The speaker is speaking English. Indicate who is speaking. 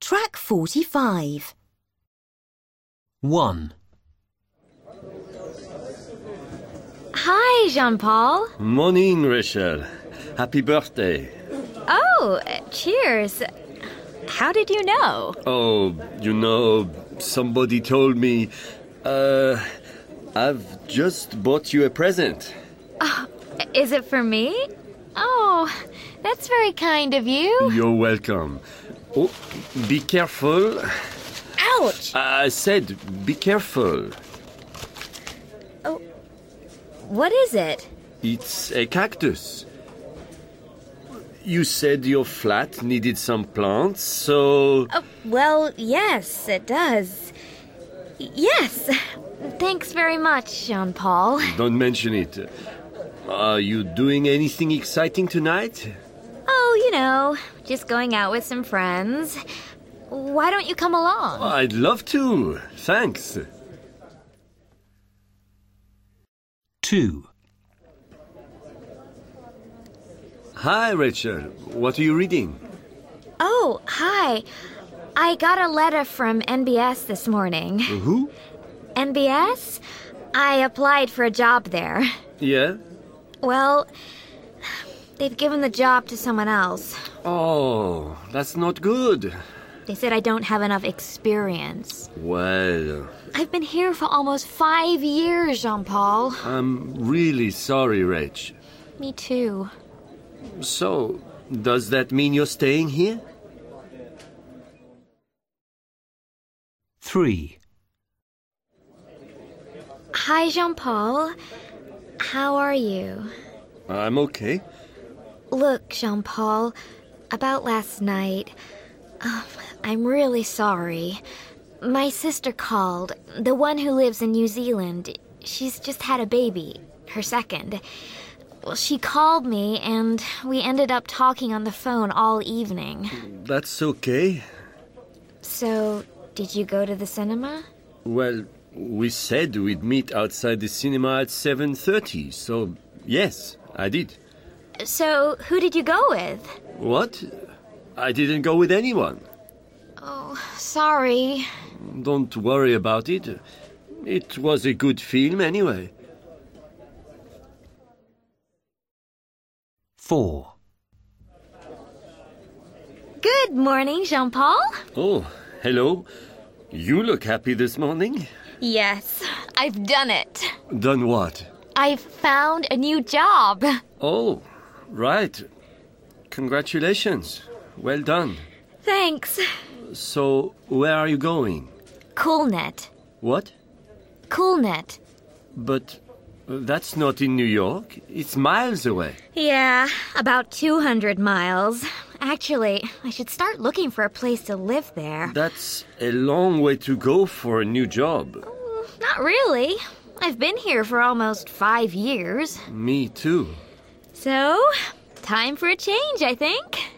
Speaker 1: Track 45.
Speaker 2: 1.
Speaker 1: Hi, Jean Paul.
Speaker 3: Morning, Rachel. Happy birthday.
Speaker 1: Oh, uh, cheers. How did you know?
Speaker 3: Oh, you know, somebody told me. Uh, I've just bought you a present.
Speaker 1: Is it for me? Oh, that's very kind of you.
Speaker 3: You're welcome. Oh, be careful.
Speaker 1: Ouch!
Speaker 3: I said, be careful.
Speaker 1: What is it?
Speaker 3: It's a cactus. You said your flat needed some plants, so.
Speaker 1: Oh, well, yes, it does. Y- Yes. Thanks very much, Jean Paul.
Speaker 3: Don't mention it. Are you doing anything exciting tonight?
Speaker 1: Oh, you know, just going out with some friends. Why don't you come along?
Speaker 3: I'd love to. Thanks.
Speaker 2: 2.
Speaker 3: Hi, Rachel. What are you reading?
Speaker 1: Oh, hi. I got a letter from NBS this morning.
Speaker 3: Who?
Speaker 1: NBS? I applied for a job there.
Speaker 3: Yeah?
Speaker 1: Well, they've given the job to someone else.
Speaker 3: Oh, that's not good.
Speaker 1: They said I don't have enough experience.
Speaker 3: Well,
Speaker 1: I've been here for almost five years, Jean Paul.
Speaker 3: I'm really sorry, Rach.
Speaker 1: Me too.
Speaker 3: So, does that mean you're staying here?
Speaker 2: 3.
Speaker 1: Hi, Jean Paul. How are you?
Speaker 3: I'm okay.
Speaker 1: Look, Jean Paul, about last night. um, I'm really sorry. My sister called, the one who lives in New Zealand. She's just had a baby, her second. Well, she called me, and we ended up talking on the phone all evening.
Speaker 3: That's okay.
Speaker 1: So, did you go to the cinema?
Speaker 3: Well, we said we'd meet outside the cinema at 7:30, so yes, I did.
Speaker 1: So, who did you go with?
Speaker 3: What? I didn't go with anyone.
Speaker 1: Oh, sorry.
Speaker 3: Don't worry about it. It was a good film anyway.
Speaker 2: 4.
Speaker 1: Good morning, Jean Paul.
Speaker 3: Oh, hello. You look happy this morning.
Speaker 1: Yes, I've done it.
Speaker 3: Done what?
Speaker 1: I've found a new job.
Speaker 3: Oh, right. Congratulations. Well done.
Speaker 1: Thanks.
Speaker 3: So, where are you going?
Speaker 1: Coolnet.
Speaker 3: What?
Speaker 1: Coolnet.
Speaker 3: But uh, that's not in New York. It's miles away.
Speaker 1: Yeah, about 200 miles. Actually, I should start looking for a place to live there.
Speaker 3: That's a long way to go for a new job.
Speaker 1: Not really. I've been here for almost five years.
Speaker 3: Me too.
Speaker 1: So, time for a change, I think.